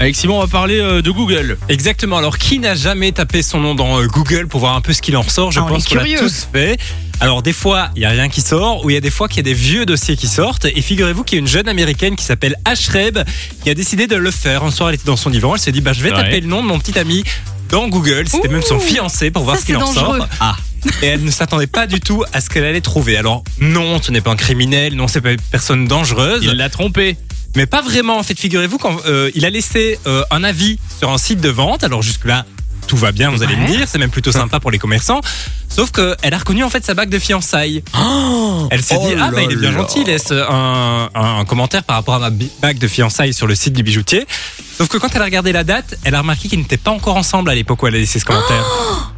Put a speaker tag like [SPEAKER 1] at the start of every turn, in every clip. [SPEAKER 1] Avec Simon, on va parler euh, de Google.
[SPEAKER 2] Exactement. Alors, qui n'a jamais tapé son nom dans euh, Google pour voir un peu ce qu'il en ressort Je
[SPEAKER 3] Ah, on
[SPEAKER 2] pense
[SPEAKER 3] est
[SPEAKER 2] qu'on l'a
[SPEAKER 3] curieux.
[SPEAKER 2] tous fait. Alors, des fois, il n'y a rien qui sort, ou il y a des fois qu'il y a des vieux dossiers qui sortent. Et figurez-vous qu'il y a une jeune américaine qui s'appelle Ashreb qui a décidé de le faire. Un soir, elle était dans son divan, elle s'est dit bah, Je vais
[SPEAKER 1] Ouais.
[SPEAKER 2] taper le nom de mon petit ami dans Google. C'était
[SPEAKER 3] Ouh.
[SPEAKER 2] même son fiancé pour voir
[SPEAKER 3] Ça,
[SPEAKER 2] ce qu'il
[SPEAKER 3] c'est
[SPEAKER 2] en
[SPEAKER 3] dangereux.
[SPEAKER 2] sort. Ah. Et elle ne s'attendait pas du tout à ce qu'elle allait trouver. Alors, non, ce n'est pas un criminel, non, c'est pas une personne dangereuse.
[SPEAKER 1] Il l'a trompé.
[SPEAKER 2] Mais pas vraiment. En fait, figurez-vous quand euh, il a laissé euh, un avis sur un site de vente. Alors jusque là, tout va bien. Vous allez me
[SPEAKER 3] Ouais.
[SPEAKER 2] dire, c'est même plutôt sympa pour les commerçants. Sauf que elle a reconnu en fait sa bague de fiançailles. Elle s'est
[SPEAKER 1] Oh
[SPEAKER 2] dit ah bah
[SPEAKER 1] là
[SPEAKER 2] il est bien
[SPEAKER 1] là.
[SPEAKER 2] gentil, il laisse euh, un, un- un commentaire par rapport à ma bi- bague de fiançailles sur le site du bijoutier. Sauf que quand elle a regardé la date, elle a remarqué qu'ils n'étaient pas encore ensemble à l'époque où elle a laissé ce commentaire.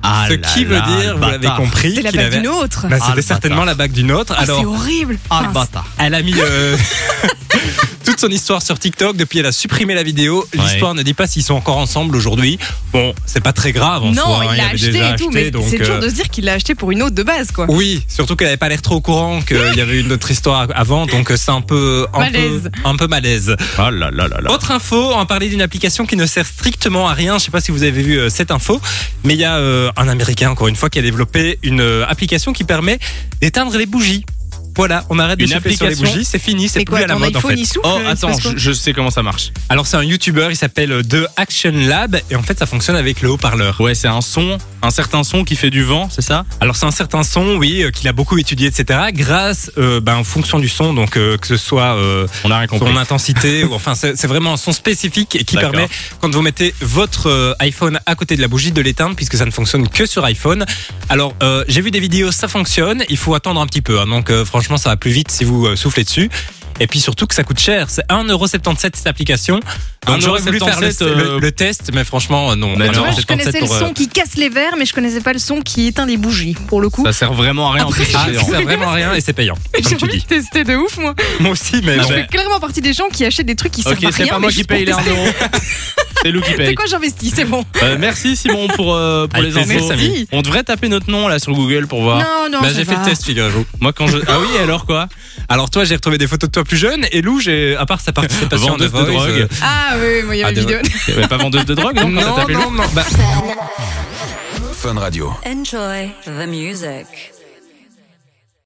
[SPEAKER 4] Ah
[SPEAKER 2] ce
[SPEAKER 4] là
[SPEAKER 2] qui veut
[SPEAKER 4] là,
[SPEAKER 2] dire,
[SPEAKER 4] le
[SPEAKER 2] vous l'avez
[SPEAKER 4] bâtard.
[SPEAKER 2] compris,
[SPEAKER 3] C'est la
[SPEAKER 2] qu'il
[SPEAKER 3] bague
[SPEAKER 2] avait.
[SPEAKER 3] d'une autre.
[SPEAKER 2] Bah,
[SPEAKER 4] Ah,
[SPEAKER 2] c'était
[SPEAKER 4] le
[SPEAKER 2] certainement
[SPEAKER 4] bâtard.
[SPEAKER 2] la bague d'une autre.
[SPEAKER 3] Ah, c'est
[SPEAKER 2] Alors
[SPEAKER 3] horrible.
[SPEAKER 4] Ah
[SPEAKER 3] Enfin,
[SPEAKER 4] le bâtard.
[SPEAKER 2] elle a mis euh, toute son histoire sur TikTok. Depuis, elle a supprimé la vidéo. L'histoire ne dit pas s'ils sont encore ensemble aujourd'hui. Bon, c'est pas très grave en
[SPEAKER 3] non,
[SPEAKER 2] soi. hein,
[SPEAKER 3] il l'a
[SPEAKER 2] avait
[SPEAKER 3] acheté
[SPEAKER 2] déjà
[SPEAKER 3] et tout,
[SPEAKER 2] acheté,
[SPEAKER 3] mais
[SPEAKER 2] donc,
[SPEAKER 3] c'est dur
[SPEAKER 2] euh,
[SPEAKER 3] de se dire qu'il l'a acheté pour une autre de base, quoi.
[SPEAKER 2] Oui, surtout qu'elle n'avait pas l'air trop au courant qu'il y avait une autre histoire avant, donc euh, c'est un peu un
[SPEAKER 3] Malaise.
[SPEAKER 2] peu un peu malaise.
[SPEAKER 4] Ah là là là là.
[SPEAKER 2] Autre info, on parlait d'une application qui ne sert strictement à rien. Je sais pas si vous avez vu euh, cette info, mais il y a euh, un Américain encore une fois qui a développé une euh, application qui permet d'éteindre les bougies. Voilà, on arrête de
[SPEAKER 1] Une
[SPEAKER 2] souffler sur les
[SPEAKER 1] application
[SPEAKER 2] bougies, c'est fini, c'est
[SPEAKER 3] Mais
[SPEAKER 2] plus
[SPEAKER 3] quoi,
[SPEAKER 2] à la
[SPEAKER 3] ton
[SPEAKER 2] mode en
[SPEAKER 3] iPhone,
[SPEAKER 2] fait.
[SPEAKER 3] il souffle
[SPEAKER 1] Oh,
[SPEAKER 3] il se
[SPEAKER 1] attends,
[SPEAKER 3] passe quoi
[SPEAKER 1] je, je sais comment ça marche.
[SPEAKER 2] Alors c'est un YouTuber, il s'appelle euh, The Action Lab et en fait ça fonctionne avec le haut-parleur.
[SPEAKER 1] Ouais, c'est un son, un certain son qui fait du vent, c'est ça
[SPEAKER 2] Alors c'est un certain son, oui, euh, qu'il a beaucoup étudié, etc. Grâce, euh, ben, en fonction du son, donc euh, que ce soit euh,
[SPEAKER 1] On a rien compris.
[SPEAKER 2] son intensité, ou enfin c'est c'est vraiment un son spécifique et qui
[SPEAKER 1] D'accord.
[SPEAKER 2] permet quand vous mettez votre euh, iPhone à côté de la bougie de l'éteindre puisque ça ne fonctionne que sur iPhone. Alors euh, j'ai vu des vidéos, ça fonctionne, il faut attendre un petit peu, hein. donc euh, franchement ça va plus vite si vous euh, soufflez dessus. Et puis surtout que ça coûte cher, c'est 1,77€ cette application. Donc j'aurais voulu faire le,
[SPEAKER 1] 1,77, euh,
[SPEAKER 2] le- le test, mais franchement euh, non.
[SPEAKER 1] Mais
[SPEAKER 3] Tu vois,
[SPEAKER 1] non,
[SPEAKER 3] je
[SPEAKER 2] 1,77
[SPEAKER 3] connaissais le
[SPEAKER 2] pour, euh,
[SPEAKER 3] son qui casse les verres, mais je connaissais pas le son qui éteint les bougies, pour le coup.
[SPEAKER 1] Ça sert vraiment à rien en plus.
[SPEAKER 2] Ah,
[SPEAKER 1] c'est
[SPEAKER 2] ça
[SPEAKER 1] payant.
[SPEAKER 2] sert vraiment à rien et c'est payant.
[SPEAKER 3] J'ai
[SPEAKER 2] Comme tu
[SPEAKER 3] envie
[SPEAKER 2] dis. ben,
[SPEAKER 3] de tester de ouf, moi.
[SPEAKER 2] Moi aussi, mais
[SPEAKER 1] Ah
[SPEAKER 3] Je
[SPEAKER 1] ouais.
[SPEAKER 3] fais clairement partie des gens qui achètent des trucs qui servent
[SPEAKER 1] Ok,
[SPEAKER 3] à
[SPEAKER 1] c'est
[SPEAKER 3] rien.
[SPEAKER 1] pas moi
[SPEAKER 3] mais
[SPEAKER 1] qui
[SPEAKER 3] juste
[SPEAKER 1] paye les
[SPEAKER 3] pour
[SPEAKER 1] 1
[SPEAKER 3] tester.
[SPEAKER 1] euro. C'est Lou qui
[SPEAKER 3] C'est
[SPEAKER 1] paye.
[SPEAKER 3] quoi, j'investis, c'est bon.
[SPEAKER 1] Euh, merci Simon pour, euh, pour
[SPEAKER 2] Avec
[SPEAKER 1] les
[SPEAKER 2] plaisir,
[SPEAKER 1] infos.
[SPEAKER 3] Samy.
[SPEAKER 1] On devrait taper notre nom là sur Google pour voir.
[SPEAKER 3] Non, non,
[SPEAKER 2] Bah,
[SPEAKER 3] ça
[SPEAKER 2] j'ai fait
[SPEAKER 3] va.
[SPEAKER 2] le test, figurez-vous.
[SPEAKER 1] Moi quand je. Ah oui, alors quoi
[SPEAKER 2] Alors toi, j'ai retrouvé des photos de toi plus jeune et Lou, j'ai à part sa participation en
[SPEAKER 1] Vendeuse de
[SPEAKER 2] The Voice, euh,
[SPEAKER 1] drogue.
[SPEAKER 3] Ah oui, moi, il y a
[SPEAKER 2] Ah,
[SPEAKER 3] une
[SPEAKER 2] de-
[SPEAKER 3] vidéo.
[SPEAKER 1] T'avais pas vendeuse de drogue
[SPEAKER 2] euh,
[SPEAKER 1] non, quand t'as
[SPEAKER 2] Non,
[SPEAKER 1] tapé le nom
[SPEAKER 2] non, non. bah,
[SPEAKER 5] Enjoy the music.